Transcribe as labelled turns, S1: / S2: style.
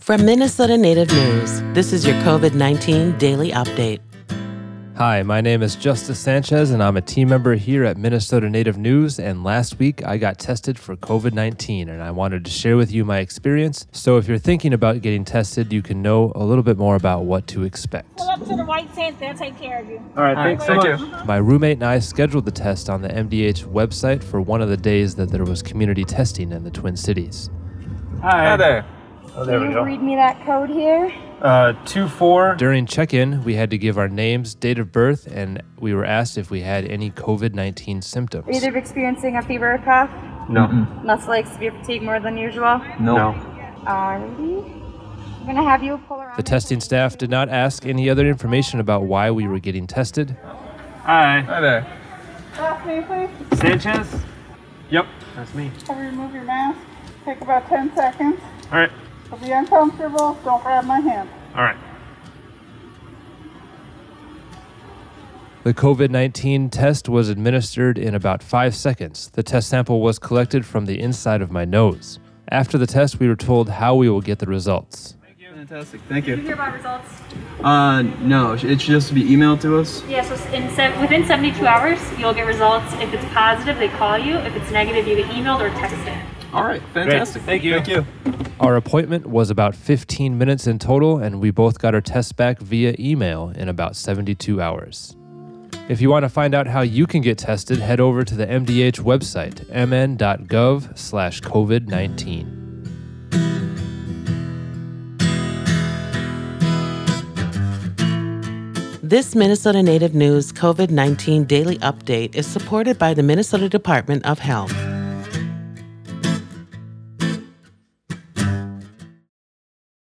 S1: From Minnesota Native News, this is your COVID 19 daily update.
S2: Hi, my name is Justice Sanchez, and I'm a team member here at Minnesota Native News. And last week, I got tested for COVID 19, and I wanted to share with you my experience. So, if you're thinking about getting tested, you can know a little bit more about what to expect.
S3: Pull up to the white tent, they'll take care of you.
S4: All right, thanks so much.
S2: My roommate and I scheduled the test on the MDH website for one of the days that there was community testing in the Twin Cities.
S4: Hi. there. Oh, there we
S5: Can you
S4: go.
S5: read me that code here?
S4: Uh, two four.
S2: During check in, we had to give our names, date of birth, and we were asked if we had any COVID 19 symptoms.
S5: Are either experiencing a fever or cough?
S4: No.
S5: Muscle aches, severe fatigue more than usual?
S4: No.
S5: Alrighty. I'm gonna have you pull around.
S2: The testing staff did not ask any other information about why we were getting tested.
S4: Hi.
S6: Hi there.
S3: Last name, please.
S4: Sanchez. Yep, that's me.
S3: Have you remove your mask? Take about 10 seconds.
S4: All right.
S3: If you're uncomfortable, don't grab my hand.
S4: All right.
S2: The COVID 19 test was administered in about five seconds. The test sample was collected from the inside of my nose. After the test, we were told how we will get the results.
S6: Fantastic. Thank you.
S7: hear about results?
S6: Uh, no, it should just be emailed to us.
S7: Yeah, so in se- within 72 hours, you'll get results. If it's positive, they call you. If it's negative, you get emailed or texted.
S6: All right. Fantastic.
S4: Thank you.
S6: Thank you.
S2: Our appointment was about 15 minutes in total, and we both got our tests back via email in about 72 hours. If you want to find out how you can get tested, head over to the MDH website, mn.gov slash COVID 19.
S1: This Minnesota Native News COVID 19 daily update is supported by the Minnesota Department of Health.